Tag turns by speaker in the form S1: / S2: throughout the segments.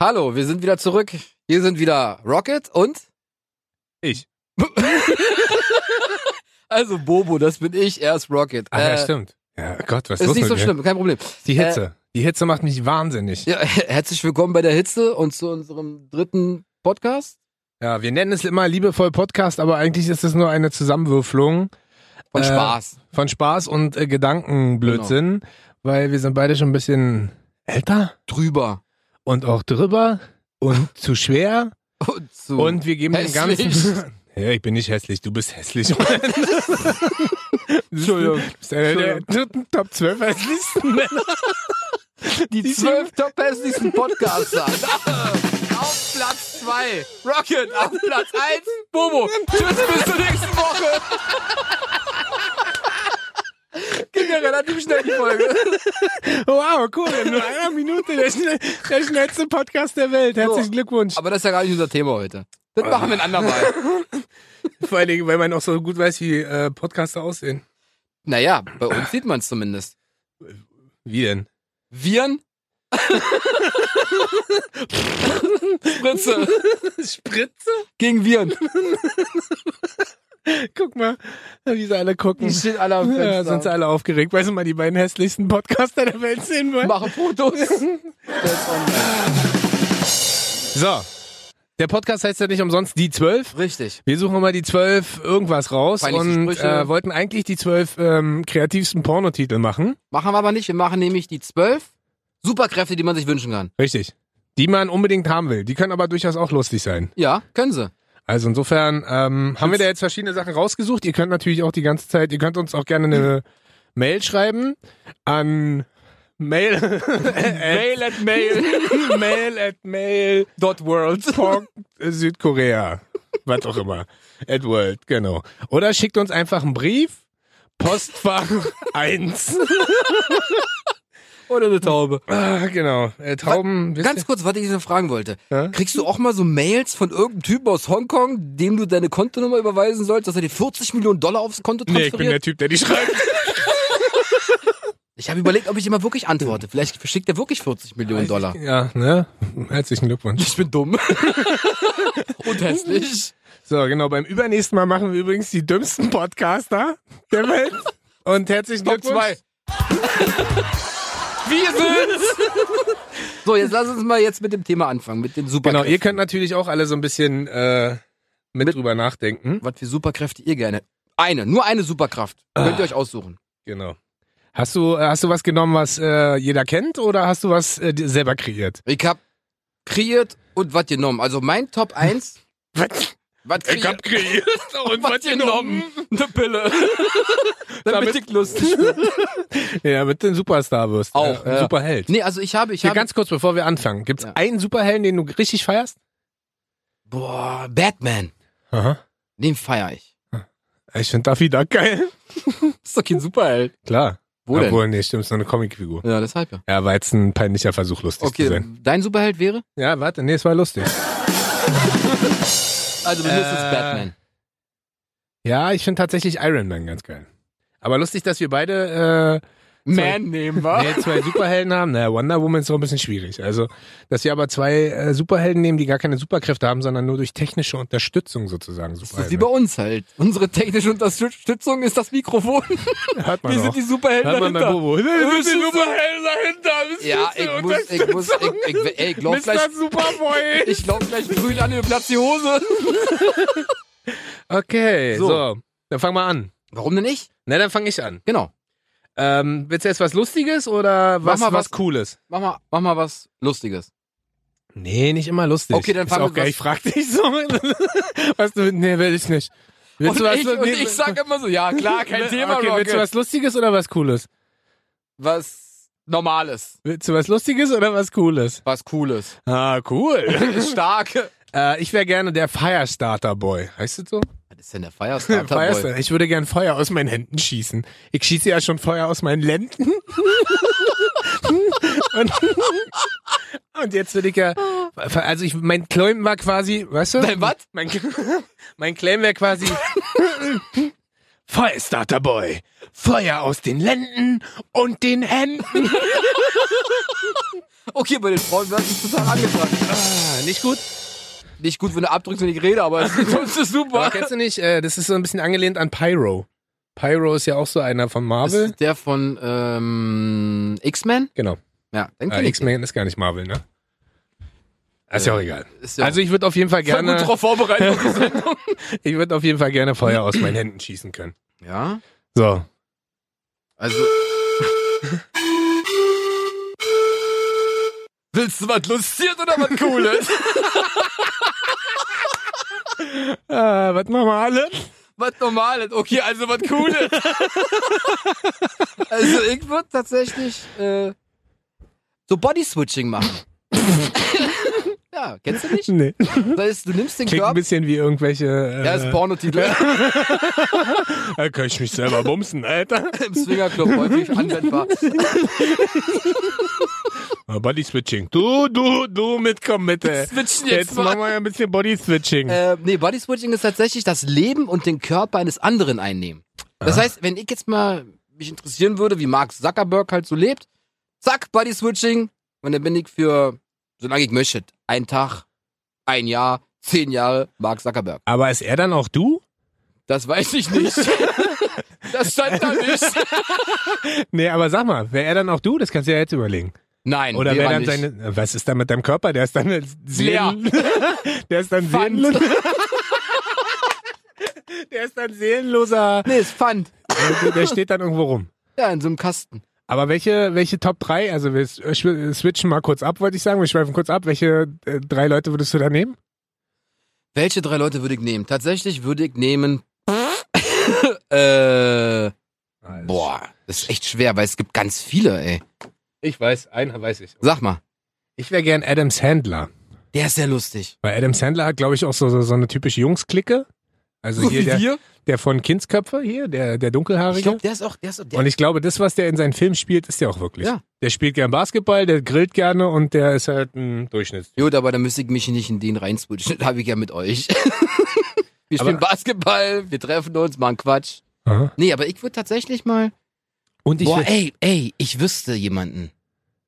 S1: Hallo, wir sind wieder zurück. Hier sind wieder Rocket und
S2: Ich.
S1: also Bobo, das bin ich, er ist Rocket.
S2: Ah, ja,
S1: Äh,
S2: stimmt. Ja, Gott, was
S1: ist
S2: ist los
S1: nicht
S2: mit
S1: so
S2: mir?
S1: schlimm, kein Problem.
S2: Die Hitze. die Hitze macht mich wahnsinnig. Ja.
S1: Ja, herzlich willkommen bei der Hitze und zu unserem dritten Podcast
S2: wir nennen es immer liebevoll Podcast, aber eigentlich ist es nur eine Zusammenwürfelung
S1: von
S2: Äh,
S1: Spaß.
S2: von Spaß und äh, Gedankenblödsinn,
S1: Genau.
S2: weil wir sind beide schon ein bisschen älter
S1: Drüber.
S2: und auch drüber und zu schwer
S1: Und zu.
S2: und wir geben den
S1: Hässlich.
S2: ganzen... Ja, ich bin nicht hässlich, du bist hässlich.
S1: Entschuldigung.
S2: Du bist einer der Top 12 hässlichsten Männer.
S1: die zwölf top hässlichsten Podcaster. auf Platz zwei Rocket, auf Platz eins Bobo. Tschüss, bis zur nächsten Woche. Ging ja relativ schnell die Folge.
S2: Wow, cool. In nur einer Minute der, schnell, der schnellste Podcast der Welt. Herzlichen
S1: So.
S2: Glückwunsch.
S1: Aber das ist ja gar nicht unser Thema heute. Das machen wir ein andermal.
S2: Vor allen Dingen, weil man auch so gut weiß, wie äh, Podcaster aussehen.
S1: Naja, bei uns sieht man es zumindest.
S2: Wie denn?
S1: Viren. Spritze.
S2: Spritze?
S1: Gegen Viren.
S2: Guck mal, wie sie alle gucken.
S1: Die stehen alle am Fenster.
S2: Ja, sind sie alle aufgeregt, weil sie mal die beiden hässlichsten Podcaster der Welt sehen wollen.
S1: Machen Fotos. Stell's online.
S2: So. Der Podcast heißt ja nicht umsonst die 12.
S1: Richtig.
S2: Wir suchen immer die 12 irgendwas raus
S1: Peinliche
S2: und
S1: Sprüche.
S2: äh, wollten eigentlich die 12 ähm, kreativsten Pornotitel machen.
S1: Machen wir aber nicht. Wir machen nämlich die zwölf Superkräfte, die man sich wünschen kann.
S2: Richtig. Die man unbedingt haben will. Die können aber durchaus auch lustig sein.
S1: Ja, können sie.
S2: Also insofern ähm, haben wir da jetzt verschiedene Sachen rausgesucht. Ihr könnt natürlich auch die ganze Zeit, ihr könnt uns auch gerne eine Mail schreiben an mail mail at mail mail at mail dot world Südkorea was auch immer at world genau oder schickt uns einfach einen Brief Postfach 1
S1: Oder eine Taube.
S2: ah, genau äh, Tauben wisst
S1: Ganz kurz, was ich dir fragen wollte.
S2: Ja?
S1: Kriegst du auch mal so Mails von irgendeinem Typen aus Hongkong, dem du deine Kontonummer überweisen sollst, dass er dir 40 Millionen Dollar aufs Konto
S2: ihr- nee ich
S1: transferiert?
S2: bin der Typ der die schreibt
S1: Ich habe überlegt, ob ich immer wirklich antworte. Vielleicht verschickt er wirklich 40 Millionen Dollar.
S2: ja ne herzlichen Glückwunsch
S1: Ich bin dumm. Und hässlich.
S2: So, genau. Beim übernächsten Mal machen wir übrigens die dümmsten Podcaster der Welt. Und herzlichen
S1: Top
S2: Glückwunsch.
S1: zwei. Wir sind's. So, jetzt lass uns mal jetzt mit dem Thema anfangen, mit den
S2: Genau,
S1: Superkräften.
S2: ihr könnt natürlich auch alle so ein bisschen äh, mit, drüber nachdenken.
S1: Was für Superkräfte ihr gerne. Eine, nur eine Superkraft.
S2: Ah.
S1: Könnt ihr euch aussuchen.
S2: Genau. Hast du, äh, hast du was genommen, was äh, jeder kennt oder hast du was äh, dir selber kreiert?
S1: Ich hab kreiert und was genommen. Also mein Top 1,
S2: Was?
S1: was kreiert.
S2: kreiert und
S1: was genommen. Eine Pille. Damit ich lustig bin.
S2: Ja, damit du ein Superstar wirst.
S1: Auch,
S2: Äh, ein
S1: ja.
S2: Superheld.
S1: Nee, also ich habe, ich
S2: Hier
S1: habe.
S2: ganz kurz, bevor wir anfangen. Gibt es
S1: Ja.
S2: einen Superhelden, den du richtig feierst?
S1: boah, Batman.
S2: Aha.
S1: Den feier ich.
S2: Ich finde Daffy Duck geil.
S1: Das ist doch kein Superheld.
S2: Klar.
S1: Wo denn?
S2: Obwohl, nee, stimmt, ist nur eine Comicfigur.
S1: Ja, deshalb ja.
S2: Ja, war jetzt ein peinlicher Versuch, lustig zu
S1: Okay,
S2: sein.
S1: dein Superheld wäre?
S2: Ja, warte, nee, es war lustig.
S1: Also bei mir ist es
S2: Äh,
S1: Batman.
S2: Ja, ich finde tatsächlich Iron Man ganz geil. Aber lustig, dass wir beide Man
S1: nehmen
S2: äh, nee, zwei Superhelden haben. Naja, Wonder Woman ist auch ein bisschen schwierig. Also, dass wir aber zwei äh, Superhelden nehmen, die gar keine Superkräfte haben, sondern nur durch technische Unterstützung sozusagen
S1: Das ist wie
S2: Superhelden.
S1: bei uns halt. Unsere technische Unterstützung ist das Mikrofon.
S2: Hört man
S1: Wir
S2: auch.
S1: sind die Superhelden
S2: Hört man bei
S1: dahinter.
S2: Bobo. Wir sind
S1: sind
S2: die
S1: so-
S2: Superhelden dahinter. Wir
S1: Ja,
S2: sind die
S1: ich muss, ich muss, ich, ich, ey, ich lauf
S2: Unterstützung.
S1: gleich,
S2: Mr. Superboy.
S1: ich lauf gleich grün an, mir platzt die Hose.
S2: Okay,
S1: So.
S2: so. Dann fang mal an.
S1: Warum denn ich?
S2: Na, dann fange ich an.
S1: Genau.
S2: Ähm, willst du jetzt was Lustiges oder
S1: Mach
S2: was,
S1: mal
S2: was,
S1: was-
S2: Cooles?
S1: Mach mal, mach mal was Lustiges.
S2: Nee, nicht immer lustig.
S1: Okay, dann fang
S2: Ist auch
S1: mit
S2: geil.
S1: was-
S2: Ich frag dich so. was du, nee, will ich nicht. Willst
S1: und,
S2: du was,
S1: ich, und
S2: nee,
S1: ich sag immer so, ja klar, kein
S2: will-
S1: Thema,
S2: okay, Willst
S1: Rocket.
S2: du was Lustiges oder was Cooles?
S1: Was Normales,
S2: Willst du was Lustiges oder was Cooles?
S1: was Cooles,
S2: Ah, cool.
S1: Starke.
S2: äh, ich wäre gerne der Firestarter Boy. Heißt das so?
S1: Was ist denn der Firestarter, Boy?
S2: Ich würde gern Feuer aus meinen Händen schießen. Ich schieße ja schon Feuer aus meinen Lenden. und, und jetzt würde ich ja, also ich, mein Claim war quasi, weißt du?
S1: Dein was?
S2: Mein, mein Claim wäre quasi Firestarter Boy. Feuer aus den Lenden und den Händen.
S1: Okay, bei den Frauen wäre es total angefangen.
S2: Ah, nicht gut.
S1: Nicht gut, wenn du abdrückst, wenn ich rede, aber es sonst ist
S2: Aber
S1: super.
S2: kennst du nicht, äh, das ist so ein bisschen angelehnt an Pyro. Pyro ist ja auch so einer von
S1: Das
S2: Marvel.
S1: ist der von ähm, X-Men?
S2: Genau.
S1: Ja, dann
S2: Äh,
S1: kenn ich.
S2: X-Men ist gar nicht Marvel, ne? Ist ja auch egal.
S1: Ist
S2: Also ich würde auf jeden Fall
S1: voll
S2: gerne,
S1: gut drauf vorbereitet.
S2: ich würde auf jeden Fall gerne Feuer aus meinen Händen schießen können.
S1: ja,
S2: So.
S1: also. Willst du was Lustiges oder was Cooles?
S2: Äh, was machen wir alle?
S1: was Normales? Okay, also was Cooles. also ich würde tatsächlich äh, so Body-Switching machen. ja, kennst du nicht?
S2: Nee.
S1: Das heißt, du nimmst den
S2: Klingt ein
S1: Körper.
S2: bisschen wie irgendwelche. Äh,
S1: Ja, ist Pornotitel.
S2: Da kann ich mich selber bumsen, Alter.
S1: Im Swingerclub häufig anwendbar.
S2: Body Switching. Du, du, du, mitkommen bitte.
S1: Switchen
S2: Jetzt machen wir ja ein bisschen Body Switching.
S1: Äh, nee, Body Switching ist tatsächlich das Leben und den Körper eines anderen einnehmen. Das heißt, wenn ich jetzt mal mich interessieren würde, wie Mark Zuckerberg halt so lebt, zack, Body Switching. Und dann bin ich für, solange ich möchte, ein Tag, ein Jahr, zehn Jahre Mark Zuckerberg.
S2: Aber ist er dann auch du?
S1: Das weiß ich nicht. das stand da nicht.
S2: Nee, aber sag mal, wäre er dann auch du? Das kannst du ja jetzt überlegen.
S1: Nein,
S2: Oder wäre
S1: er
S2: dann
S1: nicht.
S2: seine. Was ist da mit deinem Körper? Der ist dann Seelen. Der ist dann
S1: Pfand.
S2: seelenlos. Der ist dann seelenloser.
S1: Nee, ist Pfand.
S2: Also, Der- Der steht dann irgendwo rum.
S1: Ja, in so einem Kasten.
S2: Aber welche, welche Top 3, also wir s- äh, schw- äh, switchen mal kurz ab, wollte ich sagen, wir schweifen kurz ab. Welche äh, drei Leute würdest du da nehmen?
S1: Welche drei Leute würde ich nehmen? Tatsächlich würde ich nehmen. äh. Boah, das ist echt schwer, weil es gibt ganz viele, ey.
S2: Ich weiß, einer weiß ich.
S1: Sag mal.
S2: Ich wäre gern Adam Sandler.
S1: Der ist sehr lustig.
S2: Weil Adam Sandler hat, glaube ich, auch so, so, so eine typische Jungs-Clique. Also hier der,
S1: wir?
S2: der von Kindsköpfe hier, der, der dunkelhaarige.
S1: Ich glaube, der ist auch, der ist auch, der
S2: und ich glaube, das, was der in seinen Filmen spielt, ist der auch wirklich.
S1: Ja.
S2: Der spielt gern Basketball, der grillt gerne und der ist halt ein Durchschnitts.
S1: Gut, aber dann müsste ich mich nicht in den reinswitchen. Das habe ich ja mit euch. wir
S2: Aber-
S1: spielen Basketball, wir treffen uns, machen Quatsch.
S2: Aha.
S1: Nee, aber ich würde tatsächlich mal.
S2: Und ich
S1: boah,
S2: würd-
S1: ey, ey, ich wüsste jemanden.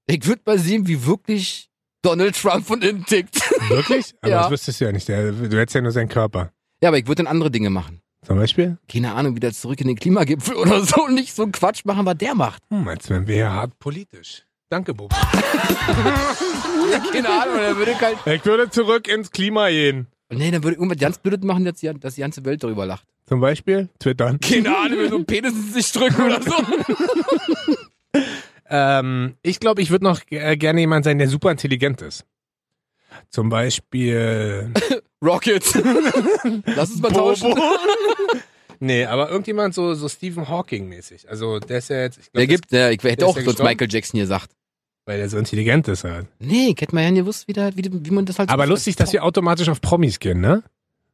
S1: Ich würde mal sehen, wie wirklich Donald Trump von innen tickt.
S2: wirklich? Aber
S1: Ja.
S2: das wüsstest du ja nicht. Der, du hättest ja nur seinen Körper.
S1: ja, aber ich würde dann andere Dinge machen.
S2: Zum Beispiel?
S1: Keine Ahnung, wieder zurück in den Klimagipfel oder so und nicht so einen Quatsch machen, was der macht.
S2: Hm, als wären wir ja hart politisch. Danke, Bob.
S1: Keine Ahnung, dann würde ich halt.
S2: Ich würde zurück ins Klima gehen.
S1: Nee, dann würde ich irgendwas ganz Blödes machen, dass die, dass die ganze Welt darüber lacht.
S2: Zum Beispiel twittern.
S1: Keine Ahnung, wenn so ein Penis in sich drücken oder so.
S2: Ähm, ich glaube, ich würde noch äh, gerne jemand sein, der super intelligent ist. Zum Beispiel
S1: Rocket. Lass uns mal tauschen.
S2: nee, aber irgendjemand so, so Stephen Hawking mäßig. Also der ist ja jetzt, ich
S1: Der
S2: glaube,
S1: gibt, ja, ich
S2: Ist
S1: hätte
S2: der
S1: auch sonst
S2: gestorben?
S1: Michael Jackson gesagt.
S2: weil der so intelligent ist halt.
S1: Nee, ich hätte mal ja nie gewusst, wie, da, wie, wie man das halt
S2: Aber lustig, dass wir automatisch auf Promis gehen, ne?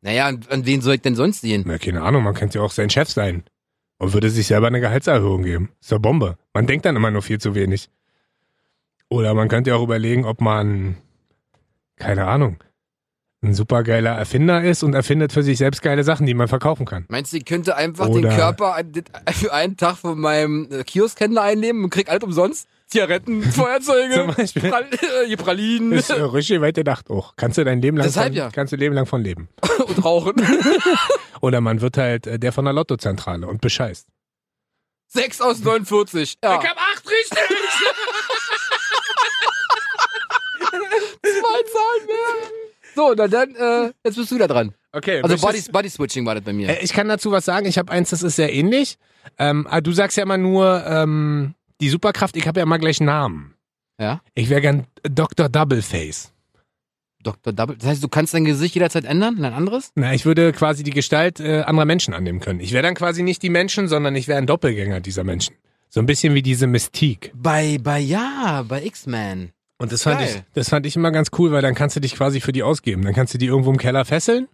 S1: Naja, an, an wen soll ich denn sonst gehen?
S2: Na, keine Ahnung, man könnte ja auch sein Chef sein. Und würde sich selber eine Gehaltserhöhung geben. Ist doch Bombe. Man denkt dann immer nur viel zu wenig. Oder man könnte ja auch überlegen, ob man, keine Ahnung, ein supergeiler Erfinder ist und erfindet für sich selbst geile Sachen, die man verkaufen kann.
S1: Meinst du, ich könnte einfach den
S2: Oder-
S1: Körper an- für einen Tag von meinem äh, Kioskhändler einnehmen und krieg alles umsonst? Zigaretten,
S2: Zum
S1: Feuerzeuge,
S2: Beispiel.
S1: Pral äh, Pralinen
S2: Ist äh, richtig weit gedacht auch. Kannst du dein Leben lang,
S1: Deshalb
S2: von,
S1: ja.
S2: kannst du Leben lang von leben.
S1: und Rauchen.
S2: Oder man wird halt äh, der von der Lottozentrale und bescheißt.
S1: Sechs aus 49. Ja.
S2: hab acht richtig!
S1: zwei Zahlen mehr. So, na dann, äh, jetzt bist du da dran.
S2: Okay,
S1: Also
S2: möchtest-
S1: Body, Body Switching war das bei mir.
S2: Äh, Ich kann dazu was sagen. Ich habe eins, das ist sehr ähnlich. Ähm, ah, du sagst ja immer nur ähm, die Superkraft. Ich habe ja immer gleich einen Namen.
S1: Ja.
S2: Ich wäre gern Dr. Doubleface.
S1: Dr. Double. Das heißt, du kannst dein Gesicht jederzeit ändern, in ein anderes?
S2: Na, ich würde quasi die Gestalt äh, anderer Menschen annehmen können. Ich wäre dann quasi nicht die Menschen, sondern ich wäre ein Doppelgänger dieser Menschen. So ein bisschen wie diese Mystique.
S1: Bei, bei, ja, bei X-Men.
S2: Und das fand,
S1: Geil.
S2: ich, das fand ich immer ganz cool, weil dann kannst du dich quasi für die ausgeben. Dann kannst du die irgendwo im Keller fesseln.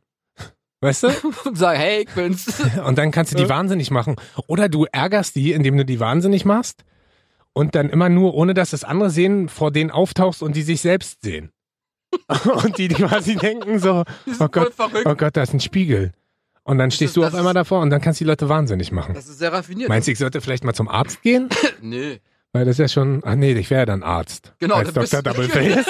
S2: Weißt du?
S1: Und sag, hey, ich bin's.
S2: Und dann kannst du die wahnsinnig machen. Oder du ärgerst die, indem du die wahnsinnig machst und dann immer nur, ohne dass das andere sehen, vor denen auftauchst und die sich selbst sehen. und die, die quasi denken so, oh Gott,
S1: verrückt.
S2: oh Gott, da ist ein Spiegel. Und dann stehst
S1: ist-
S2: du
S1: das
S2: auf einmal
S1: ist-
S2: davor und dann kannst du die Leute wahnsinnig machen.
S1: Das ist sehr raffiniert.
S2: Meinst du, ich sollte vielleicht mal zum Arzt gehen?
S1: Nö.
S2: Weil das ist ja schon, ach nee, ich wäre ja dann Arzt.
S1: Genau,
S2: als
S1: dann bist
S2: Dr.
S1: du-
S2: Doubleface.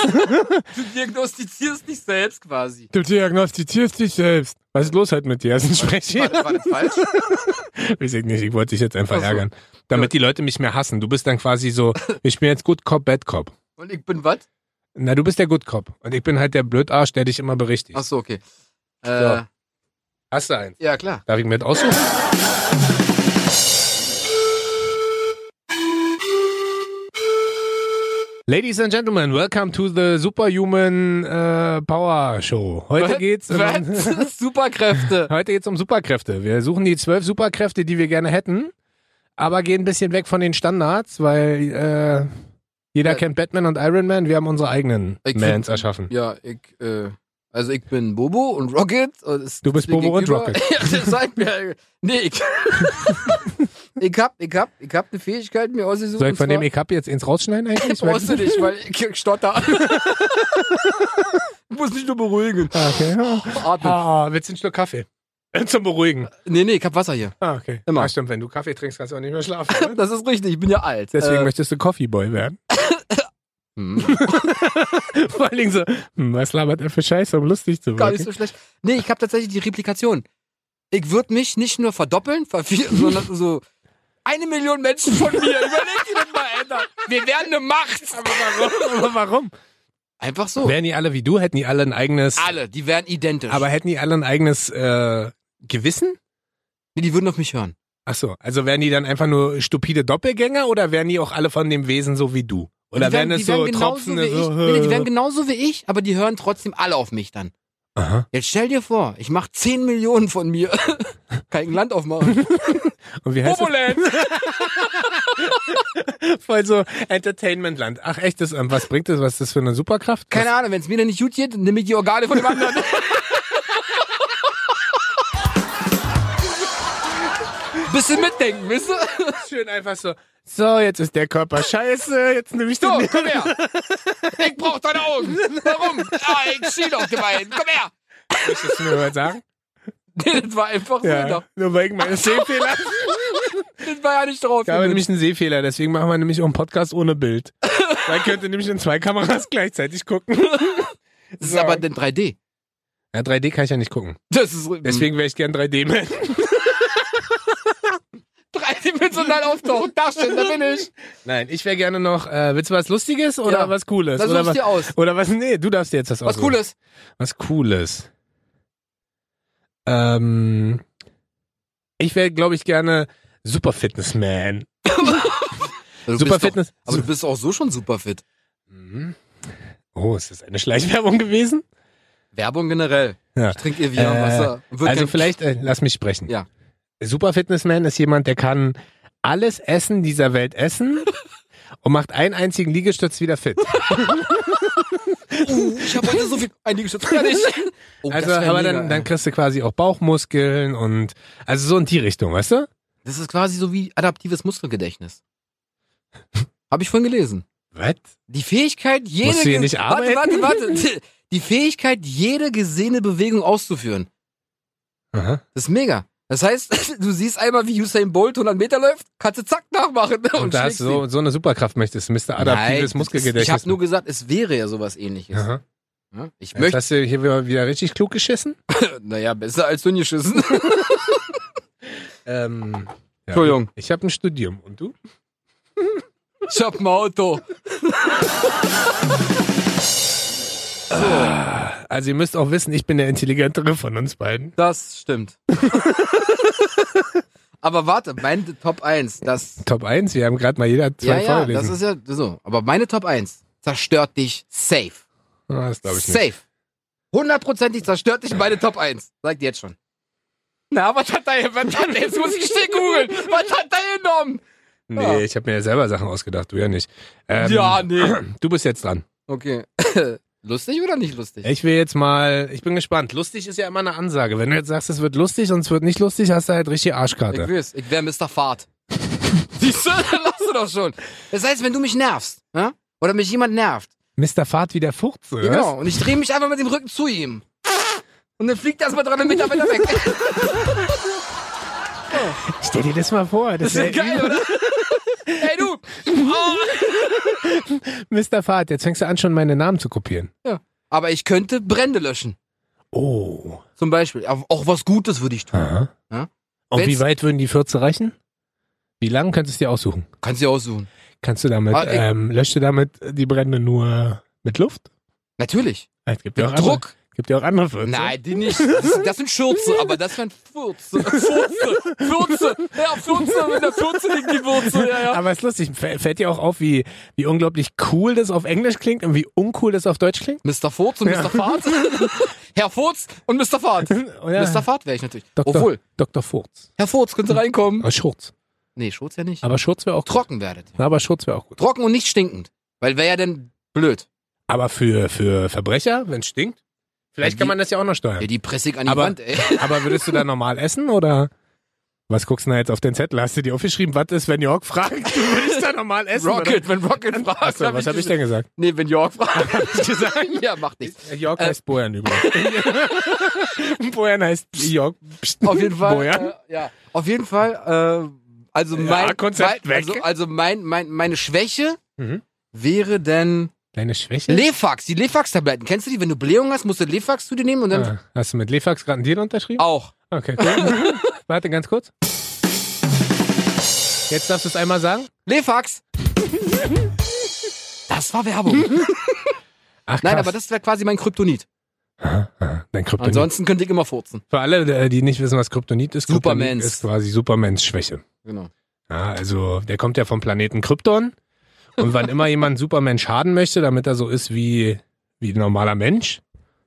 S1: Du diagnostizierst dich selbst quasi.
S2: Du diagnostizierst dich selbst. Was ist los halt mit dir? Ist ein Sprechchen?
S1: War, war das falsch?
S2: Weiß ich nicht, ich wollte dich jetzt einfach
S1: Ach so.
S2: ärgern. Damit die Leute mich mehr hassen. Du bist dann quasi so, ich bin jetzt Good Cop, Bad Cop.
S1: Und ich bin was?
S2: Na, du bist der Good Cop. Und ich bin halt der Blödarsch, der dich immer berichtigt.
S1: Ach so, okay. Äh,
S2: So. Hast du einen?
S1: Ja, klar.
S2: Darf ich mir das aussuchen? Ladies and Gentlemen, welcome to the Superhuman äh, Power Show. Heute
S1: Was?
S2: geht's um,
S1: Was? Superkräfte.
S2: heute geht's um Superkräfte. Wir suchen die zwölf Superkräfte, die wir gerne hätten, aber gehen ein bisschen weg von den Standards, weil äh, jeder
S1: Ja.
S2: kennt Batman und Iron Man. Wir haben unsere eigenen
S1: Ich find-
S2: Mans erschaffen.
S1: Ja, ich, äh, also ich bin Bobo und Rocket. Und es-
S2: Du bist
S1: mir
S2: Bobo und
S1: gegenüber-
S2: Rocket.
S1: ja, das sagt mir. Nee, ich. ich hab, ich hab, ich hab eine Fähigkeit mir ausgesucht.
S2: Soll ich
S1: und
S2: von
S1: zwar-
S2: dem Ekap jetzt ins Rausschneiden eigentlich?
S1: Brauchst du nicht, weil ich stotter. ich muss mich nur beruhigen.
S2: Ah, okay.
S1: Atmen.
S2: Ah, willst du einen Schluck Kaffee? Zum Beruhigen.
S1: Nee, nee, ich hab Wasser hier.
S2: Ah,
S1: Äh,
S2: okay.
S1: Immer.
S2: Ah, stimmt, wenn du Kaffee trinkst, kannst du auch nicht mehr schlafen. ne?
S1: Das ist richtig, ich bin ja alt.
S2: Deswegen
S1: äh,
S2: möchtest du Coffeeboy werden.
S1: hm,
S2: Vor allen Dingen so, hm, was labert er für Scheiße, um lustig zu
S1: gar
S2: werden?
S1: nicht so schlecht. Nee, ich hab tatsächlich die Replikation. Ich würde mich nicht nur verdoppeln, vervielen, sondern so eine Million Menschen von mir. Überleg dir das mal, Alter. Wir wären eine Macht.
S2: Aber warum? Aber warum?
S1: Einfach so.
S2: Wären die alle wie du, hätten die alle ein eigenes,
S1: Alle, die wären identisch.
S2: aber hätten die alle ein eigenes äh, Gewissen?
S1: nee, die würden auf mich hören.
S2: Ach so, also wären die dann einfach nur stupide Doppelgänger oder wären die auch alle von dem Wesen so wie du? Oder
S1: die wären,
S2: wären
S1: die
S2: es so
S1: wären genauso
S2: Tropfende
S1: wie ich.
S2: so? äh.
S1: Nee, nee, die wären genauso wie ich, aber die hören trotzdem alle auf mich dann.
S2: Aha.
S1: Jetzt stell dir vor, ich mach 10 Millionen von mir. Kein Land aufmachen.
S2: Und wie heißt das?
S1: Boboland!
S2: Voll so Entertainmentland. Ach echt, das, ähm, was bringt das? Was ist das für eine Superkraft? Was-
S1: Keine Ahnung, wenn es mir dann nicht gut geht, nehme ich die Organe von dem anderen. Bisschen mitdenken, wisst ihr?
S2: Schön einfach so. So, jetzt ist der Körper scheiße, jetzt nehme ich
S1: So,
S2: den.
S1: komm her! Ich brauch deine Augen! Warum? Ah, ich schiel auf die beiden! Komm her!
S2: Möchtest du mir was sagen?
S1: Nee, das war einfach so.
S2: Nur wegen meines Sehfehlers.
S1: Das war ja nicht drauf.
S2: Ich habe nämlich einen Sehfehler, deswegen machen wir nämlich auch einen Podcast ohne Bild. Man könnte nämlich in zwei Kameras gleichzeitig gucken.
S1: das ist aber denn 3D.
S2: Ja, 3D kann ich ja nicht gucken.
S1: Das ist
S2: Deswegen wäre ich gern 3D-Man.
S1: 3D-Dimensional auftauchen. Da steht, da bin ich.
S2: Nein, ich wäre gerne noch, äh, willst du was Lustiges oder
S1: Ja.
S2: was Cooles?
S1: Das
S2: oder
S1: suchst
S2: was,
S1: dir aus.
S2: oder was, nee, du darfst dir jetzt das
S1: Was
S2: aussuchen.
S1: Cooles.
S2: Was Cooles. Ähm, ich wäre, glaube ich, gerne Super Fitness Man.
S1: Du
S2: Super
S1: bist doch-
S2: Fitness.
S1: Aber du bist auch so schon super fit.
S2: Mhm. Oh, ist das eine Schleichwerbung gewesen?
S1: Werbung generell.
S2: Ja.
S1: Ich trinke ihr wieder
S2: Äh,
S1: Wasser. Und wird
S2: also
S1: kein-
S2: vielleicht, äh, lass mich sprechen.
S1: Ja.
S2: Super Fitnessman ist jemand, der kann alles Essen dieser Welt essen und macht einen einzigen Liegestütz wieder fit.
S1: Oh, Uh, ich habe heute so viel eingeschätzt. Kann ich. Oh, das
S2: also,
S1: wär
S2: aber
S1: mega,
S2: dann,
S1: ey.
S2: dann kriegst du quasi auch Bauchmuskeln und also so in die Richtung, weißt du?
S1: das ist quasi so wie adaptives Muskelgedächtnis. Habe ich vorhin gelesen.
S2: Was?
S1: Die Fähigkeit, jede.
S2: Musst du hier
S1: ge-
S2: nicht arbeiten?
S1: Warte, warte, warte. Die Fähigkeit, jede gesehene Bewegung auszuführen.
S2: Aha.
S1: Das ist mega. Das heißt, du siehst einmal, wie Usain Bolt 100 Meter läuft, kannst du zack nachmachen. Und,
S2: Und, da hast
S1: schlägst
S2: du so, so eine Superkraft möchtest, Mr. Adaptives
S1: Nein,
S2: Muskelgedächtnis.
S1: Ich habe nur gesagt, es wäre ja sowas ähnliches.
S2: Aha.
S1: Ja, Ich
S2: Jetzt
S1: möchte,
S2: hast du hier wieder- wieder richtig klug geschissen.
S1: naja, besser als dünn geschissen.
S2: Ähm, ja.
S1: Entschuldigung.
S2: Ich habe ein Studium. Und du?
S1: Ich hab ein Auto. So,
S2: Also ihr müsst auch wissen, ich bin der intelligentere von uns beiden.
S1: das stimmt. Aber warte, meine Top 1, das.
S2: Top 1, wir haben gerade mal jeder
S1: Ja,
S2: zwei
S1: ja, das
S2: vorgelesen.
S1: ist ja so. Aber meine Top 1 zerstört dich safe.
S2: Ah, das glaube ich nicht.
S1: Safe. Hundertprozentig zerstört dich meine Top 1. Sagt jetzt schon. Na, was hat er, was hat er, jetzt muss ich schnell googeln. Was hat er genommen?
S2: Nee,
S1: Ja.
S2: ich habe mir ja selber Sachen ausgedacht, du ja nicht. Ähm,
S1: ja, nee.
S2: Du bist jetzt dran.
S1: Okay. Lustig oder nicht lustig?
S2: Ich will jetzt mal, ich bin gespannt. Lustig ist ja immer eine Ansage. Wenn du jetzt sagst, es wird lustig und es wird nicht lustig, hast du halt richtig
S1: Ich
S2: Arschkarte.
S1: weiß, ich wäre Mr. Fahrt. Siehst du, dann lachst du doch schon. Das heißt, wenn du mich nervst, ja? oder mich jemand nervt,
S2: Mr. Fahrt wie der Furze.
S1: genau, und ich drehe mich einfach mit dem Rücken zu ihm. Und dann fliegt er erstmal 300 Meter weiter weg.
S2: was? Stell dir das mal vor. Das,
S1: Das ist ja
S2: wär
S1: geil, oder? Hey du,
S2: Mr. Fahrt, jetzt fängst du an, schon meine Namen zu kopieren.
S1: Aber ich könnte Brände löschen.
S2: Oh.
S1: Zum Beispiel. Auch, auch was Gutes würde ich tun.
S2: Aha.
S1: Ja.
S2: Und
S1: Wenn's-
S2: wie weit würden die 14 reichen? Wie lang könntest du dir aussuchen?
S1: Kannst du dir aussuchen.
S2: Kannst du damit,
S1: Ah, ich-
S2: ähm, löscht du damit die Brände nur mit Luft? Äh,
S1: Natürlich.
S2: Es gibt ja also,
S1: Mit
S2: auch Andere,
S1: Druck.
S2: gibt ja auch andere 14.
S1: Nein, die nicht. Das, das sind Schürze, aber das wären Fürze. Fürze. Fürze. Ja, Fürze. Mit der Fürze liegt die Wurzel. Ja, ja.
S2: Aber es ist lustig, fä- fällt dir auch auf, wie, wie unglaublich cool das auf Englisch klingt und wie uncool das auf Deutsch klingt?
S1: Mr. Furz und Mr. Fahrt. Herr Furz und Mr. Fahrt.
S2: Oder?
S1: Mr. Fahrt wäre ich natürlich.
S2: Dr.
S1: Obwohl,
S2: Dr. Furz.
S1: Herr Furz, könnt ihr reinkommen?
S2: Aber Schurz.
S1: Nee, Schurz ja nicht.
S2: Mhm. Aber Schurz wäre auch gut.
S1: Trocken werdet.
S2: Na, Aber Schurz wäre auch gut.
S1: Trocken und nicht stinkend. Weil wäre ja dann blöd.
S2: Aber für, für Verbrecher, wenn es stinkt, vielleicht
S1: Ja, die-
S2: kann man das ja auch noch
S1: Ja,
S2: steuern.
S1: die Pressig an die
S2: Aber-
S1: Wand, ey.
S2: Aber würdest du da normal essen oder? Was guckst du denn da jetzt auf den Zettel? Hast du dir aufgeschrieben, was ist, wenn York fragt, würde ich da normal essen?
S1: Rocket, wenn Rocket
S2: Oder?
S1: fragt.
S2: Achso, was habe ich denn gesagt?
S1: Nee, wenn York fragt, hab ich gesagt. ja, macht nichts.
S2: York
S1: Äh.
S2: heißt Bojan übrigens. Bojan heißt York. Psst.
S1: Auf jeden Fall.
S2: Bojan.
S1: Äh, ja. Auf jeden Fall. Äh, also
S2: Ja,
S1: mein,
S2: Konzept
S1: mein
S2: weg.
S1: also, also mein, mein, meine Schwäche
S2: Mhm.
S1: wäre denn
S2: Deine Schwäche?
S1: Lefax, die Lefax-Tabletten. Kennst du die? Wenn du Blähung hast, musst du Lefax zu dir nehmen und dann
S2: Ah, hast du mit Lefax gerade einen Deal unterschrieben?
S1: auch.
S2: Okay, cool. Warte ganz kurz. Jetzt darfst du es einmal sagen.
S1: Lefax! Das war Werbung.
S2: Ach,
S1: Nein,
S2: krass.
S1: aber das wäre quasi mein Kryptonit.
S2: Aha, aha. Dein Kryptonit.
S1: Ansonsten könnte ich immer furzen.
S2: Für alle, äh, die nicht wissen, was Kryptonit ist, Kryptonit
S1: Supermans.
S2: ist quasi Supermans Schwäche.
S1: Genau.
S2: Ja, also der kommt ja vom Planeten Krypton. Und wann immer jemand Superman schaden möchte, damit er so ist wie, wie ein normaler Mensch,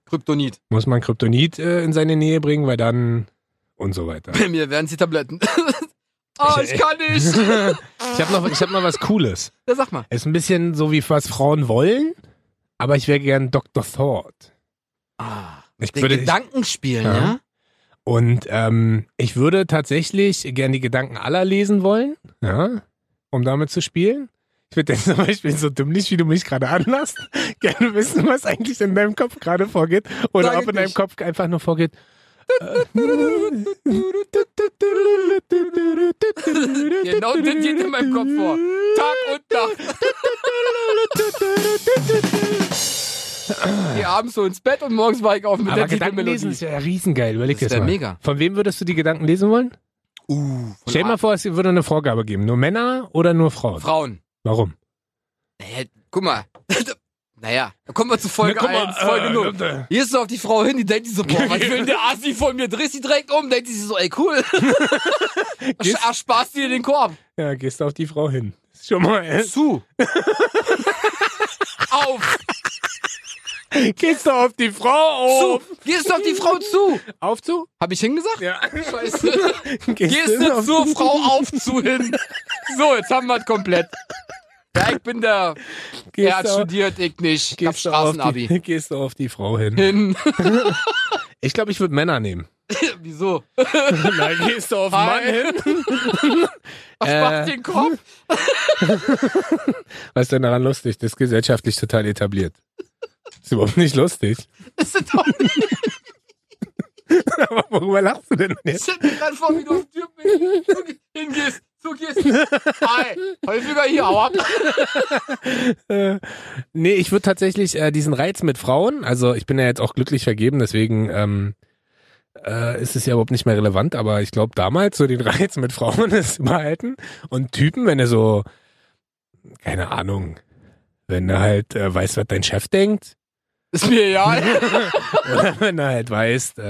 S1: Kryptonit.
S2: muss man Kryptonit äh, in seine Nähe bringen, weil dann und so weiter.
S1: Bei mir wären die Tabletten. oh, ich kann nicht.
S2: Ich habe noch, ich hab noch was Cooles.
S1: Ja, sag mal.
S2: Ist ein bisschen so, wie was Frauen wollen, aber ich wäre gern Dr. Thought.
S1: Ah,
S2: Ich
S1: den
S2: würde,
S1: Gedanken spielen,
S2: Ja.
S1: ja?
S2: und ähm, ich würde tatsächlich gern die Gedanken aller lesen wollen, ja, um damit zu spielen. Ich würde jetzt zum Beispiel so dümmlich, wie du mich gerade anlasst, gerne wissen, was eigentlich in deinem Kopf gerade vorgeht. Oder
S1: Sag
S2: ob
S1: ich
S2: in deinem
S1: nicht.
S2: Kopf einfach nur vorgeht.
S1: Genau das geht in meinem Kopf vor.
S2: Äh,
S1: Tag und Nacht. Die abends so ins Bett und morgens war ich auf mit
S2: Aber
S1: der
S2: Gedanken lesen ist
S1: Titelmelodie.
S2: ja riesengeil. Überleg dir
S1: Das
S2: das
S1: wär
S2: mal.
S1: mega.
S2: Von wem würdest du die Gedanken lesen wollen?
S1: Uh, von
S2: Stell dir mal
S1: A-
S2: vor, es würde eine Vorgabe geben. Nur Männer oder nur Frauen?
S1: Frauen.
S2: Warum?
S1: Naja, guck mal. Naja, da kommen wir zu Folge
S2: Na, Ne, guck mal,
S1: 1, Folge
S2: äh,
S1: 0.
S2: Leute.
S1: Hier ist so auf die Frau hin, die denkt sich so, boah, was will der Assi von mir? Drehst sie direkt um, denkt sie sich so, ey, cool.
S2: Gehst-
S1: Ersparst dir den Korb.
S2: Ja, gehst auf die Frau hin. Ist Schon mal. äh,
S1: Zu. auf.
S2: Gehst du auf die Frau
S1: Zu.
S2: auf?
S1: Gehst auf die Frau zu.
S2: Auf zu?
S1: Hab ich hingesagt?
S2: Ja.
S1: Scheiße.
S2: Gehst,
S1: Gehst
S2: du
S1: du zur Frau auf zu hin? So, jetzt haben wir es komplett. Ja, ich bin der.
S2: Gehst
S1: er hat
S2: du auf-
S1: studiert, ich nicht. Ich hab
S2: Gehst du, auf
S1: Straßenabi. Hm.
S2: die, gehst du auf die Frau hin?
S1: Hin.
S2: Ich glaube, ich würde Männer nehmen.
S1: Wieso?
S2: Nein, gehst du auf Mann
S1: Hi.
S2: hin?
S1: Was
S2: Äh.
S1: macht den Kopf?
S2: Was ist denn daran lustig? Das ist gesellschaftlich total etabliert. Ist überhaupt nicht lustig.
S1: Ist das doch nicht
S2: Aber worüber lachst du denn jetzt?
S1: gerade vor, wie du auf die Tür bist. hingehst, zugehst. Hi. Häufiger hier, aua.
S2: Äh, nee, ich würde tatsächlich äh, diesen Reiz mit Frauen, also ich bin ja jetzt auch glücklich vergeben, deswegen ähm, äh, ist es ja überhaupt nicht mehr relevant, aber ich glaube damals so den Reiz mit Frauen ist behalten und Typen, wenn er so, keine Ahnung, wenn er halt äh, weiß, was dein Chef denkt
S1: Ist mir egal.
S2: oder wenn er halt weiß, äh,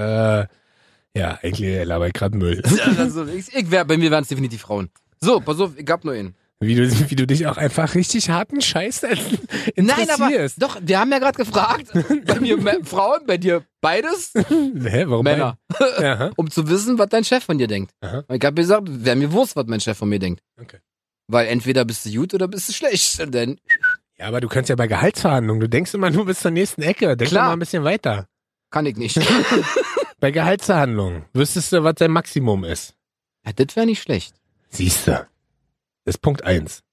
S2: ja, eigentlich labert gerade Müll.
S1: Also, ich, ich wär, bei mir wären es definitiv Frauen. So, pass auf, ich hab nur einen.
S2: Wie du, wie du dich auch einfach richtig harten Scheiß
S1: Nein, aber
S2: interessierst.
S1: doch, wir haben ja gerade gefragt, bei mir Mä- Frauen, bei dir beides
S2: Hä, warum
S1: Männer,
S2: Mein, ja,
S1: um zu wissen, was dein Chef von dir denkt.
S2: Aha.
S1: Und ich habe gesagt, wer mir Wurst, was mein Chef von mir denkt.
S2: Okay.
S1: Weil entweder bist du gut oder bist du schlecht. Und dann,
S2: Ja, aber du kannst ja bei Gehaltsverhandlungen, du denkst immer nur bis zur nächsten Ecke, denk
S1: Klar.
S2: mal ein bisschen weiter.
S1: kann ich nicht. ja,
S2: Bei Gehaltsverhandlungen wüsstest du, was dein Maximum ist.
S1: das wäre nicht schlecht.
S2: Siehst du. Das ist Punkt eins.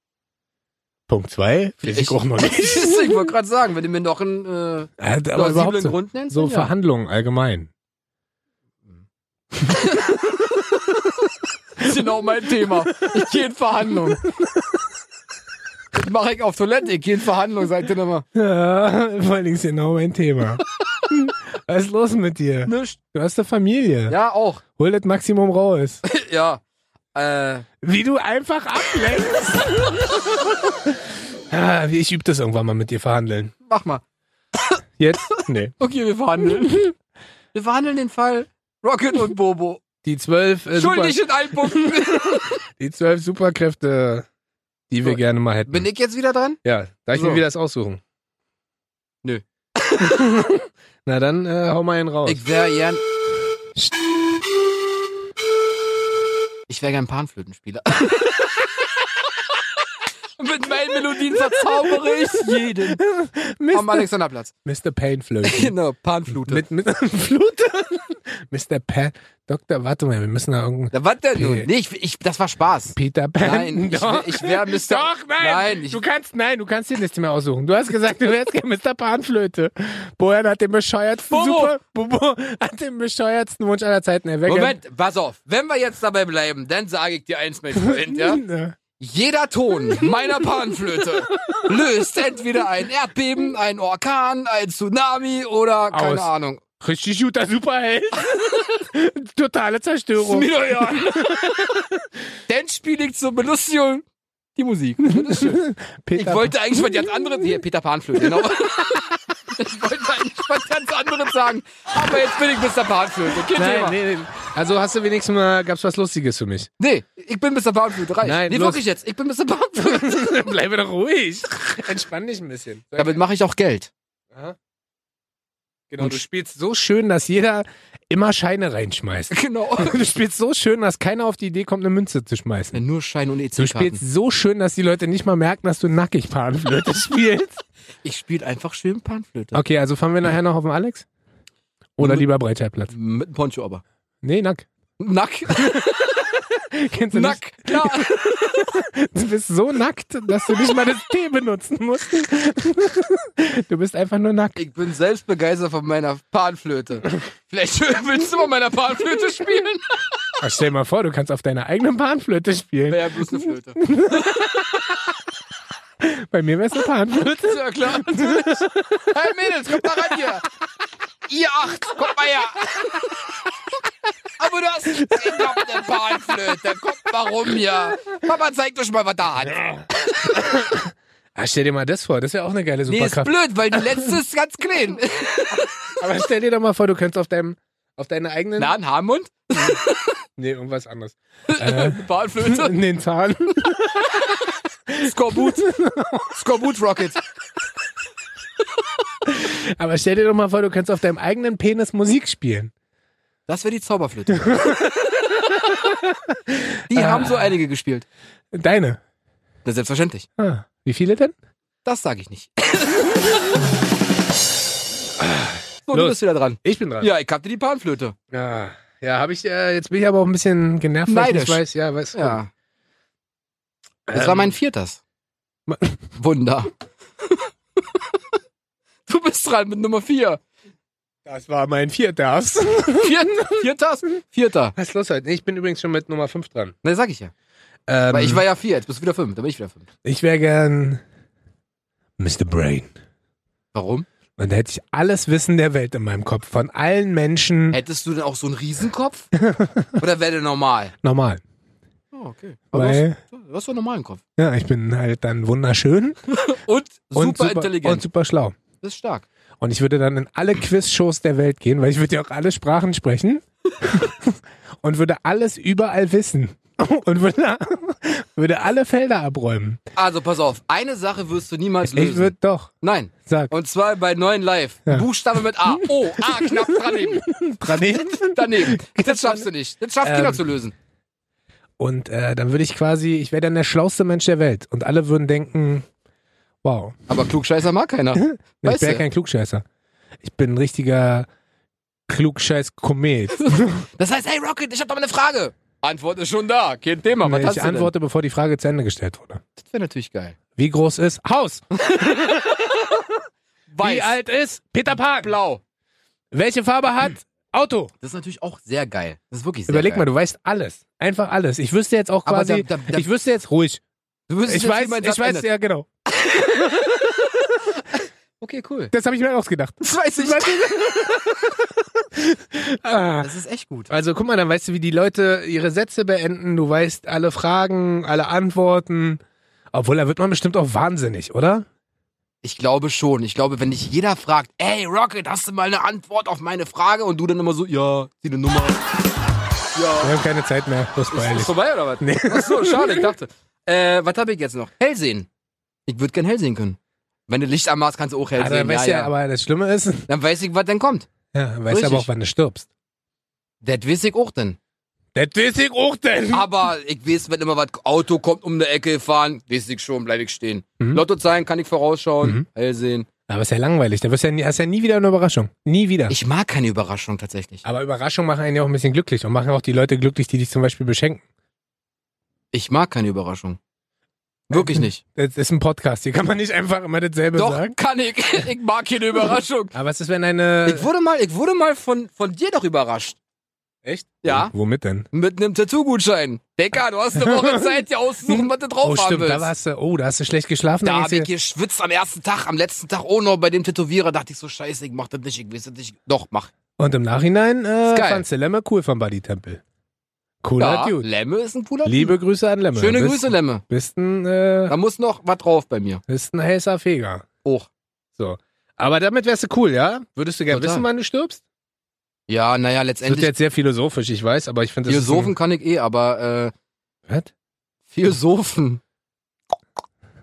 S2: Punkt zwei, weiß ich
S1: Ich-
S2: auch noch
S1: ich
S2: nicht.
S1: wollte gerade sagen, wenn du mir noch einen äh,
S2: Ja, aber überhaupt
S1: plausiblen
S2: so,
S1: Grund nennst.
S2: so
S1: dann ja.
S2: Verhandlungen allgemein.
S1: Das ist genau mein Thema. Ich gehe in Verhandlungen. mache ich auf Toilette, ich gehe in Verhandlung, sagt ihr nochmal.
S2: Ja, vor allen Dingen ist genau mein Thema. Was ist los mit dir?
S1: Nicht.
S2: Du hast eine Familie.
S1: Ja, auch.
S2: Hol das Maximum raus.
S1: Ja. Äh,
S2: Wie du einfach ablenkst. ah, ich übe das irgendwann mal mit dir verhandeln.
S1: mach mal.
S2: Jetzt? Nee.
S1: Okay, wir verhandeln. Wir verhandeln den Fall Rocket und Bobo.
S2: Die zwölf, äh, super,
S1: Schuldig in allen Punkten.
S2: die zwölf Superkräfte, die wir
S1: So.
S2: gerne mal hätten.
S1: Bin ich jetzt wieder dran?
S2: Ja, darf ich mir
S1: So.
S2: wieder das aussuchen?
S1: Nö.
S2: Na dann äh, hau mal einen raus.
S1: Ich wäre gern. Ich wäre gern Panflötenspieler. Mit meinen Melodien verzaubere ich jeden. Am
S2: Mr.
S1: Alexanderplatz.
S2: Mr. Painflöte.
S1: Genau, Panflute.
S2: mit, mit Flute? Mr. Pan. Dr. Warte mal, wir müssen da irgendeinen.
S1: da was denn nun? Nee, ich, ich, das war Spaß.
S2: Peter Pan.
S1: Nein, ich wär- ich wär Mr.
S2: Doch, nein.
S1: Nein, ich-
S2: du kannst, nein, du kannst dir nichts mehr aussuchen. Du hast gesagt, du wärst gerne Mr. Panflöte. Bojan hat den bescheuertsten
S1: Bobo.
S2: Super, Bobo hat den bescheuertsten Wunsch aller Zeiten. Er wär
S1: Moment, pass auf. Wenn wir jetzt dabei bleiben, dann sage ich dir eins, mein Freund, ja?
S2: gern- Ja.
S1: Jeder Ton meiner Panflöte löst entweder ein Erdbeben, ein Orkan, ein Tsunami oder keine
S2: Aus.
S1: Ahnung.
S2: Richtig guter Superheld. Totale Zerstörung.
S1: Ist mir doch egal. Dann spiele ich zur Belustigung die Musik. Das ist schön. Ich
S2: Peter
S1: wollte eigentlich was ganz anderes. Hier, Peter Panflöte, genau. Ich wollte eigentlich was ganz anderes sagen. Aber jetzt bin ich Mr. Panflöte. Kein Thema.
S2: Nein, nee, nee. Also hast du wenigstens mal, gab's was Lustiges für mich?
S1: Nee, ich bin Mr. Panflöte. Reich.
S2: Nein,
S1: nee,
S2: los.
S1: wirklich jetzt. Ich bin Mr. Panflöte.
S2: Bleibe doch ruhig. Entspann dich ein bisschen.
S1: Damit mache ich auch Geld.
S2: Genau, du spielst so schön, dass jeder immer Scheine reinschmeißt.
S1: Genau.
S2: Du spielst so schön, dass keiner auf die Idee kommt, eine Münze zu schmeißen.
S1: Nur Schein und E
S2: Du
S1: EC-Karten.
S2: spielst so schön, dass die Leute nicht mal merken, dass du nackig Panflöte spielst.
S1: Ich spiele einfach schön Panflöte.
S2: Okay, also fahren wir nachher noch auf den Alex? Oder lieber Breitscheidplatz?
S1: Mit einem Poncho aber.
S2: Nee, nack.
S1: Nack,
S2: Kennst du nicht?
S1: nack, klar.
S2: Du bist so nackt, dass du nicht mal das T benutzen musst. Du bist einfach nur nackt.
S1: Ich bin selbst begeistert von meiner Panflöte. Vielleicht willst du mal meiner Panflöte spielen?
S2: Ach, stell mal vor, du kannst auf deiner eigenen Panflöte spielen.
S1: Wäre ja bloß eine Flöte.
S2: Bei mir wär's eine Panflöte.
S1: Ist ja klar, natürlich. Hey Mädels, kommt da ran hier. Ihr acht, kommt mal her. Aber du hast ich glaub, eine Panflöte. Kommt mal rum hier. Papa zeigt euch mal, was da hat.
S2: Ach, stell dir mal das vor, das wäre auch eine geile
S1: Nee, ist
S2: Superkraft.
S1: blöd, weil die letzte ist ganz klein.
S2: Aber stell dir doch mal vor, du könntest auf deinem auf deiner eigenen
S1: Na, ein Haarmund?
S2: Nee, irgendwas anderes.
S1: Eine Panflöte?
S2: In den Zahn.
S1: Skorbut? Skorbut Rocket.
S2: Aber stell dir doch mal vor, du könntest auf deinem eigenen Penis Musik spielen.
S1: Das wäre die Zauberflöte. die
S2: Ah.
S1: haben so einige gespielt.
S2: Deine.
S1: Na, selbstverständlich.
S2: Ah, wie viele denn?
S1: Das sage ich nicht. so, du
S2: Los.
S1: bist wieder dran.
S2: Ich bin dran.
S1: Ja, ich hatte die Panflöte.
S2: Ja, ja habe ich äh, jetzt bin ich aber auch ein bisschen genervt, weil ich nicht
S1: Neidisch.
S2: weiß, ja, Ähm, weiß.
S1: Ja. Das war mein viertes.
S2: Ma-
S1: Wunder. du bist dran mit Nummer vier.
S2: Das war mein vierter.
S1: Vier Vierter? Vierter.
S2: Was ist los heute? Nee, Ich bin übrigens schon mit Nummer 5 dran.
S1: Ne, sag ich ja.
S2: Ähm,
S1: Weil ich war ja vier, jetzt bist du wieder fünf, dann bin ich wieder fünf.
S2: ich wäre gern Mr. Brain.
S1: Warum?
S2: Und da hätte ich alles Wissen der Welt in meinem Kopf. Von allen Menschen
S1: Hättest du denn auch so einen Riesenkopf? Oder wäre der normal?
S2: normal.
S1: Oh, okay. Aber du
S2: Weil,
S1: hast- du hast doch einen normalen Kopf.
S2: ja, ich bin halt dann wunderschön
S1: Und super,
S2: und super
S1: intelligent.
S2: und super schlau.
S1: das ist stark.
S2: Und ich würde dann in alle Quiz-Shows der Welt gehen, weil ich würde ja auch alle Sprachen sprechen und würde alles überall wissen. Und würde, würde alle Felder abräumen.
S1: Also pass auf, eine Sache wirst du niemals lösen.
S2: Ich würde doch,
S1: Nein.
S2: sag,
S1: Und zwar bei neuen Live.
S2: Ja.
S1: Buchstabe mit A. O, A knapp daneben.
S2: Planeten.
S1: Daneben. Das schaffst du nicht. Das schafft
S2: Ähm.
S1: keiner zu lösen.
S2: Und äh, dann würde ich quasi, ich wäre dann der schlauste Mensch der Welt. Und alle würden denken, wow,
S1: Aber Klugscheißer mag keiner.
S2: ich
S1: Weißt
S2: wäre
S1: du?
S2: kein Klugscheißer. Ich bin ein richtiger Klugscheiß-Komet.
S1: Das heißt, hey Rocket, ich hab doch mal eine Frage. Antwort ist schon da. Kein Thema. Was hast
S2: ich
S1: du denn?
S2: antworte, bevor die Frage zu Ende gestellt wurde.
S1: Das wäre natürlich geil.
S2: Wie groß ist Haus?
S1: Weiß.
S2: Wie alt ist Peter Pan?
S1: Blau.
S2: Welche Farbe hat Auto?
S1: Das ist natürlich auch sehr geil. Das ist wirklich sehr
S2: Überleg
S1: geil.
S2: mal, du weißt alles. Einfach alles. Ich wüsste jetzt auch
S1: Aber
S2: quasi,
S1: da- da- da-
S2: ich wüsste jetzt ruhig.
S1: du wüsstest
S2: Ich
S1: jetzt, wie
S2: weiß,
S1: mein
S2: ich
S1: Satz
S2: weiß,
S1: endet.
S2: ja genau.
S1: Okay, cool.
S2: Das habe ich mir auch gedacht.
S1: Das weiß ich.
S2: Ah.
S1: Das ist echt gut.
S2: Also guck mal, dann weißt du, wie die Leute ihre Sätze beenden. Du weißt alle Fragen, alle Antworten. Obwohl, da wird man bestimmt auch wahnsinnig, oder?
S1: Ich glaube schon. Ich glaube, wenn dich jeder fragt, ey Rocket, hast du mal eine Antwort auf meine Frage? Und du dann immer so, ja, zieh eine Nummer.
S2: Wir haben keine Zeit mehr. Das war
S1: Ist
S2: ehrlich.
S1: es vorbei oder was? Nee. Achso, schade, ich dachte. Äh, was habe ich jetzt noch? Hellsehen. Ich würde gern hellsehen können. Wenn du Licht anmachst, kannst du auch
S2: Ah,
S1: hellsehen.
S2: dann weißt
S1: ja,
S2: du ja,
S1: ja.
S2: aber das Schlimme ist,
S1: Dann weiß ich, was dann kommt.
S2: ja, dann weißt du aber
S1: Richtig.
S2: auch, wann du stirbst.
S1: Das weiß ich auch dann.
S2: Das weiß ich auch denn.
S1: Aber ich weiß, wenn immer was Auto kommt, um eine Ecke fahren, weiß ich schon, bleib ich stehen.
S2: Mhm.
S1: Lottozahlen kann ich vorausschauen,
S2: Mhm.
S1: hellsehen.
S2: Aber ist ja langweilig. Da wirst du ja nie, hast ja nie wieder eine Überraschung. Nie wieder.
S1: Ich mag keine Überraschung tatsächlich.
S2: aber Überraschungen machen einen ja auch ein bisschen glücklich und machen auch die Leute glücklich, die dich zum Beispiel beschenken.
S1: Ich mag keine Überraschung. Wirklich
S2: Äh,
S1: nicht.
S2: Das ist ein Podcast. Hier kann man nicht einfach immer dasselbe
S1: Doch,
S2: sagen. Äh.
S1: kann ich. Ich mag keine Überraschung.
S2: Aber was ist, wenn eine.
S1: Ich wurde mal, ich wurde mal von, von dir doch überrascht.
S2: Echt?
S1: Ja.
S2: Womit denn?
S1: Mit einem Tattoo-Gutschein. Decker, du hast eine Woche Zeit, dir auszusuchen, was du drauf
S2: Oh,
S1: haben
S2: stimmt.
S1: willst.
S2: Da warst du. Oh, da hast du schlecht geschlafen.
S1: da
S2: Dann
S1: hab
S2: gehst
S1: ich geschwitzt am ersten Tag, am letzten Tag auch noch bei dem Tätowierer. Dachte ich so, scheiße, ich mach das nicht, ich weiß das nicht. Doch, mach.
S2: du- und im Nachhinein äh,
S1: Ist geil.
S2: fandst du Lemme cool von Buddy Temple. Cooler
S1: Ja,
S2: Dude.
S1: Lemme ist ein cooler
S2: Liebe Grüße an Lemme.
S1: Typ. Schöne
S2: Bist-
S1: Grüße, Lemme.
S2: Bist ein, äh,
S1: Da muss noch was drauf bei mir.
S2: bist ein heißer Feger.
S1: Hoch.
S2: So. Aber damit wärst du cool, ja? Würdest du gerne
S1: Total.
S2: wissen, wann du stirbst?
S1: Ja, naja,
S2: Das wird
S1: letztendlich.
S2: jetzt sehr philosophisch, ich weiß, aber ich finde das. ist
S1: Philosophen kann ich eh, aber äh,
S2: Ein, was?
S1: Philosophen.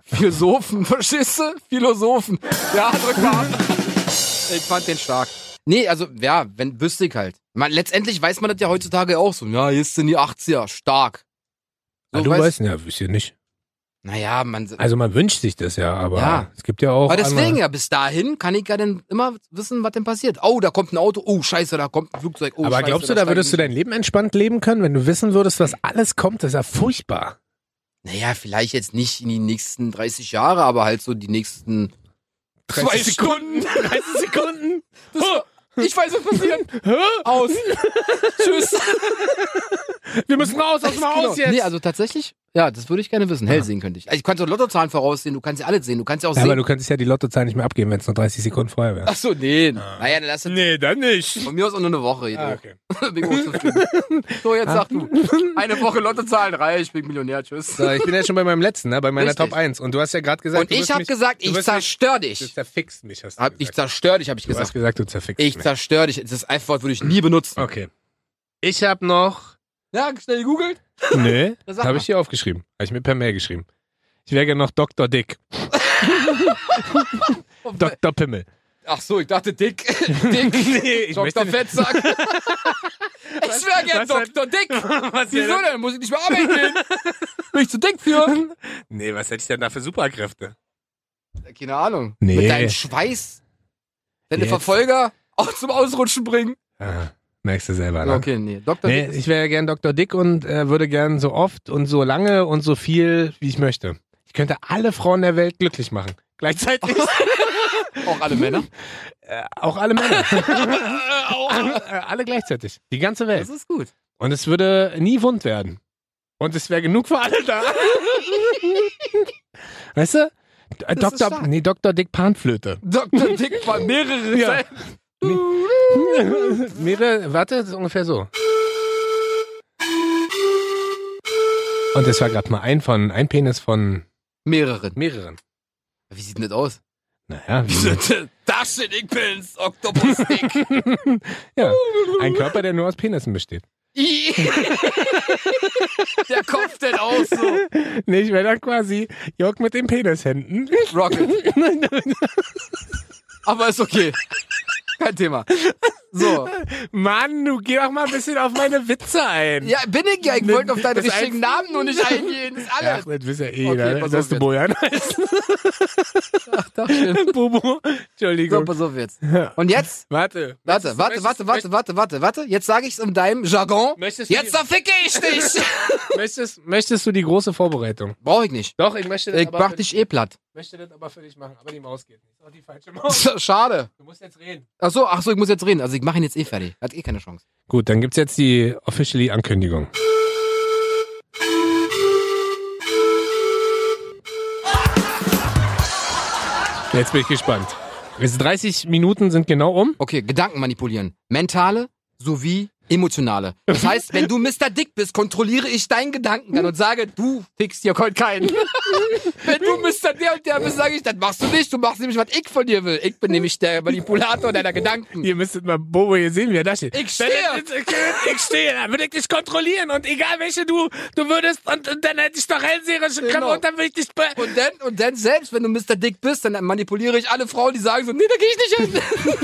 S1: Philosophen, verstehst du? Philosophen. Ja, drück mal ab. Ich fand den stark. Nee, also, ja, wenn, wüsste ich halt. Man, letztendlich weiß man das ja heutzutage auch so. Ja, jetzt sind die 80er, stark.
S2: ah, du weißt, ja, wüsste ich nicht.
S1: Naja, man.
S2: Also man wünscht sich das ja, aber
S1: Ja.
S2: es gibt ja auch.
S1: Aber deswegen
S2: andere-
S1: ja, bis dahin kann ich ja dann immer wissen, was denn passiert. Oh, da kommt ein Auto. Oh, scheiße, da kommt ein Flugzeug. Oh,
S2: aber
S1: scheiße,
S2: glaubst du, da
S1: steigen
S2: würdest du dein Leben entspannt leben können, wenn du wissen würdest, was alles kommt? Das ist ja furchtbar.
S1: Naja, vielleicht jetzt nicht in die nächsten 30 Jahre, aber halt so die nächsten
S2: 30
S1: Sekunden.
S2: 30 Sekunden.
S1: Das war- ich weiß, was passiert. Aus. Tschüss.
S2: Wir müssen raus aus dem Haus jetzt.
S1: Nee, also tatsächlich, ja, das würde ich gerne wissen. Hell sehen könnte ich. Also, ich kannst auch Lottozahlen voraussehen, du kannst ja alles sehen. Du kannst ja auch
S2: ja, aber
S1: sehen.
S2: du könntest ja die Lottozahl nicht mehr abgeben, wenn es nur 30 Sekunden vorher wäre.
S1: Achso, nee. Naja, dann lass das
S2: Nee, dann nicht.
S1: von mir aus auch nur eine Woche.
S2: Ah,
S1: Ah,
S2: okay.
S1: so, jetzt sag du. Eine Woche Lottozahlen reich, bin Millionär, tschüss.
S2: So, ich bin ja schon bei meinem letzten, ne? bei meiner
S1: Richtig.
S2: Top 1. Und du hast ja gerade gesagt,
S1: Und
S2: du
S1: ich
S2: wirst
S1: habe
S2: mich-
S1: gesagt,
S2: du
S1: ich
S2: wirst mich-
S1: zerstör
S2: Du
S1: dich.
S2: zerfickst mich, hast du
S1: Hab,
S2: gesagt.
S1: ich zerstör dich, habe ich
S2: du hast
S1: gesagt.
S2: gesagt, du zerfickst
S1: Ich
S2: mich.
S1: zerstör dich. Das F-Wort würde ich nie benutzen.
S2: Okay. Ich habe noch.
S1: Ja, schnell gegoogelt.
S2: Nö,
S1: Dann sag
S2: habe
S1: mal.
S2: ich hier aufgeschrieben. Habe ich mir per Mail geschrieben. Ich wäre gerne noch Dr. Dick. Dr. Pimmel.
S1: Ach so, ich dachte Dick. Dick.
S2: Nee, ich möchte
S1: Dr.
S2: nicht-
S1: Fettsack. ich wäre gern
S2: was denn?
S1: Dr. Dick.
S2: was
S1: Wieso denn? Muss ich nicht mehr arbeiten gehen? Bin ich zu dick für?
S2: Nee, was hätte ich denn da für Superkräfte?
S1: Keine Ahnung.
S2: Nee.
S1: Mit deinem Schweiß deine
S2: Jetzt.
S1: Verfolger auch zum Ausrutschen bringen.
S2: Ah, merkst du selber, ne?
S1: Okay, nee. Dr.
S2: Nee,
S1: Dick. ist-
S2: ich wäre gern Dr. Dick und äh, würde gern so oft und so lange und so viel, wie ich möchte. Ich könnte alle Frauen der Welt glücklich machen. Gleichzeitig
S1: Auch alle Männer.
S2: äh, auch alle Männer. auch, äh, alle gleichzeitig. Die ganze Welt.
S1: Das ist gut.
S2: Und es würde nie wund werden. Und es wäre genug für alle da. weißt du? D- äh,
S1: Das ist
S2: Dr.
S1: stark.
S2: Nee, Dr. Dick Panflöte.
S1: Dr. Dick war mehrere
S2: Ja.
S1: Seiten.
S2: Mehrere, warte, das ist ungefähr so. Und das war gerade mal ein von, ein Penis von
S1: Mehreren.
S2: mehreren.
S1: Wie sieht denn das aus?
S2: Naja, wie,
S1: das sind Ickpins, Octopus Dick.
S2: ja, ein Körper, der nur aus Penissen besteht.
S1: I. Der Kopf denn auch so.
S2: Nee, ich wäre dann quasi Jörg mit den Penishänden.
S1: Rocket. Aber ist okay. Kein Thema. So.
S2: Mann, du geh doch mal ein bisschen auf meine Witze ein.
S1: Ja, bin ich ja. Ich wollte auf deinen
S2: Das
S1: richtigen
S2: ein-
S1: Namen nur nicht eingehen. Das ist
S2: Ach,
S1: alles.
S2: das wisst ja eh,
S1: Okay,
S2: jeder,
S1: pass
S2: dass
S1: auf
S2: du
S1: jetzt.
S2: Bojan heißt.
S1: Ach, doch, schön.
S2: Bobo.
S1: So,
S2: Entschuldigung.
S1: pass auf jetzt. Und jetzt?
S2: Warte.
S1: Warte, warte, warte, warte, warte, warte, warte. Jetzt sage ich's in deinem Jargon.
S2: Möchtest du,
S1: Jetzt verficke ich dich.
S2: möchtest, möchtest du die große Vorbereitung?
S1: Brauche ich nicht.
S2: Doch, ich möchte das,
S1: Ich
S2: aber
S1: mach
S2: für,
S1: dich eh platt.
S2: möchte das aber für dich machen. Aber die Maus geht nicht. Das ist auch die falsche Maus.
S1: Schade.
S2: Du musst jetzt reden.
S1: Ach so, ach so, ich muss jetzt reden. Also ich mache ihn jetzt eh fertig. Hat eh keine Chance.
S2: Gut, dann gibt's jetzt die officially Ankündigung. Jetzt bin ich gespannt. Jetzt 30 Minuten sind genau um.
S1: Okay, Gedanken manipulieren. Mentale sowie emotionale. Das heißt, wenn du Mr. Dick bist, kontrolliere ich deinen Gedankengang und sage, du fickst hier heute keinen. wenn du Mr. Der und der bist, sage ich, das machst du nicht. Du machst nämlich, was ich von dir will. Ich bin nämlich der Manipulator deiner Gedanken.
S2: Ihr müsstet mal Bobo hier sehen, wie er da steht.
S1: Ich stehe.
S2: Wenn Ich ich- ich stehe, dann würde ich dich kontrollieren und egal welche du, du würdest und, und dann hätte ich doch hellseherische Kraft
S1: Genau.
S2: und dann würde ich dich... be-
S1: Und dann, und dann selbst, wenn du Mr. Dick bist, dann manipuliere ich alle Frauen, die sagen so, nee, da gehe ich nicht hin.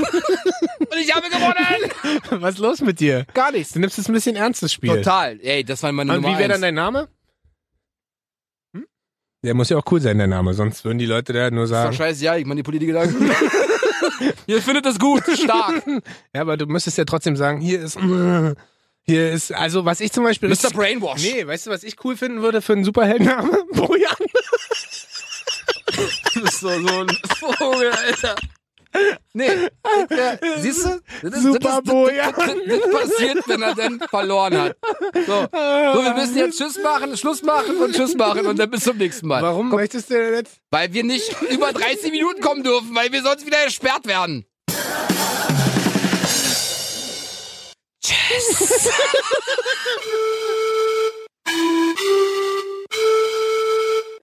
S1: und ich habe gewonnen.
S2: Was ist los mit dir?
S1: Gar nichts.
S2: Du nimmst es ein bisschen ernst, das Spiel.
S1: Total. Ey, das war meine
S2: Und
S1: Nummer
S2: wie
S1: eins.
S2: wäre
S1: Hm?
S2: dann dein Name? Hm? Der muss ja auch cool sein, der Name, sonst würden die Leute da nur
S1: Ist doch
S2: sagen...
S1: scheiße, ja, ich manipuliere die Gedanken. Ihr findet das gut, stark.
S2: Ja, aber du müsstest ja trotzdem sagen, hier ist... Hier ist... Also, was ich zum Beispiel...
S1: Mr. Brainwash.
S2: Nee, weißt du, was ich cool finden würde für einen Superheldenname? Bojan.
S1: Du bist so, so ein Vogel, Alter. Nee, der, siehst du? Das ist-
S2: Super
S1: das, ist-
S2: Bojan.
S1: Das, das, das passiert, wenn er dann verloren hat. So. so, wir müssen jetzt Tschüss machen, Schluss machen und Tschüss machen und dann bis zum nächsten Mal.
S2: Warum möchtest du denn jetzt?
S1: Weil wir nicht über 30 Minuten kommen dürfen, weil wir sonst wieder gesperrt werden. Tschüss.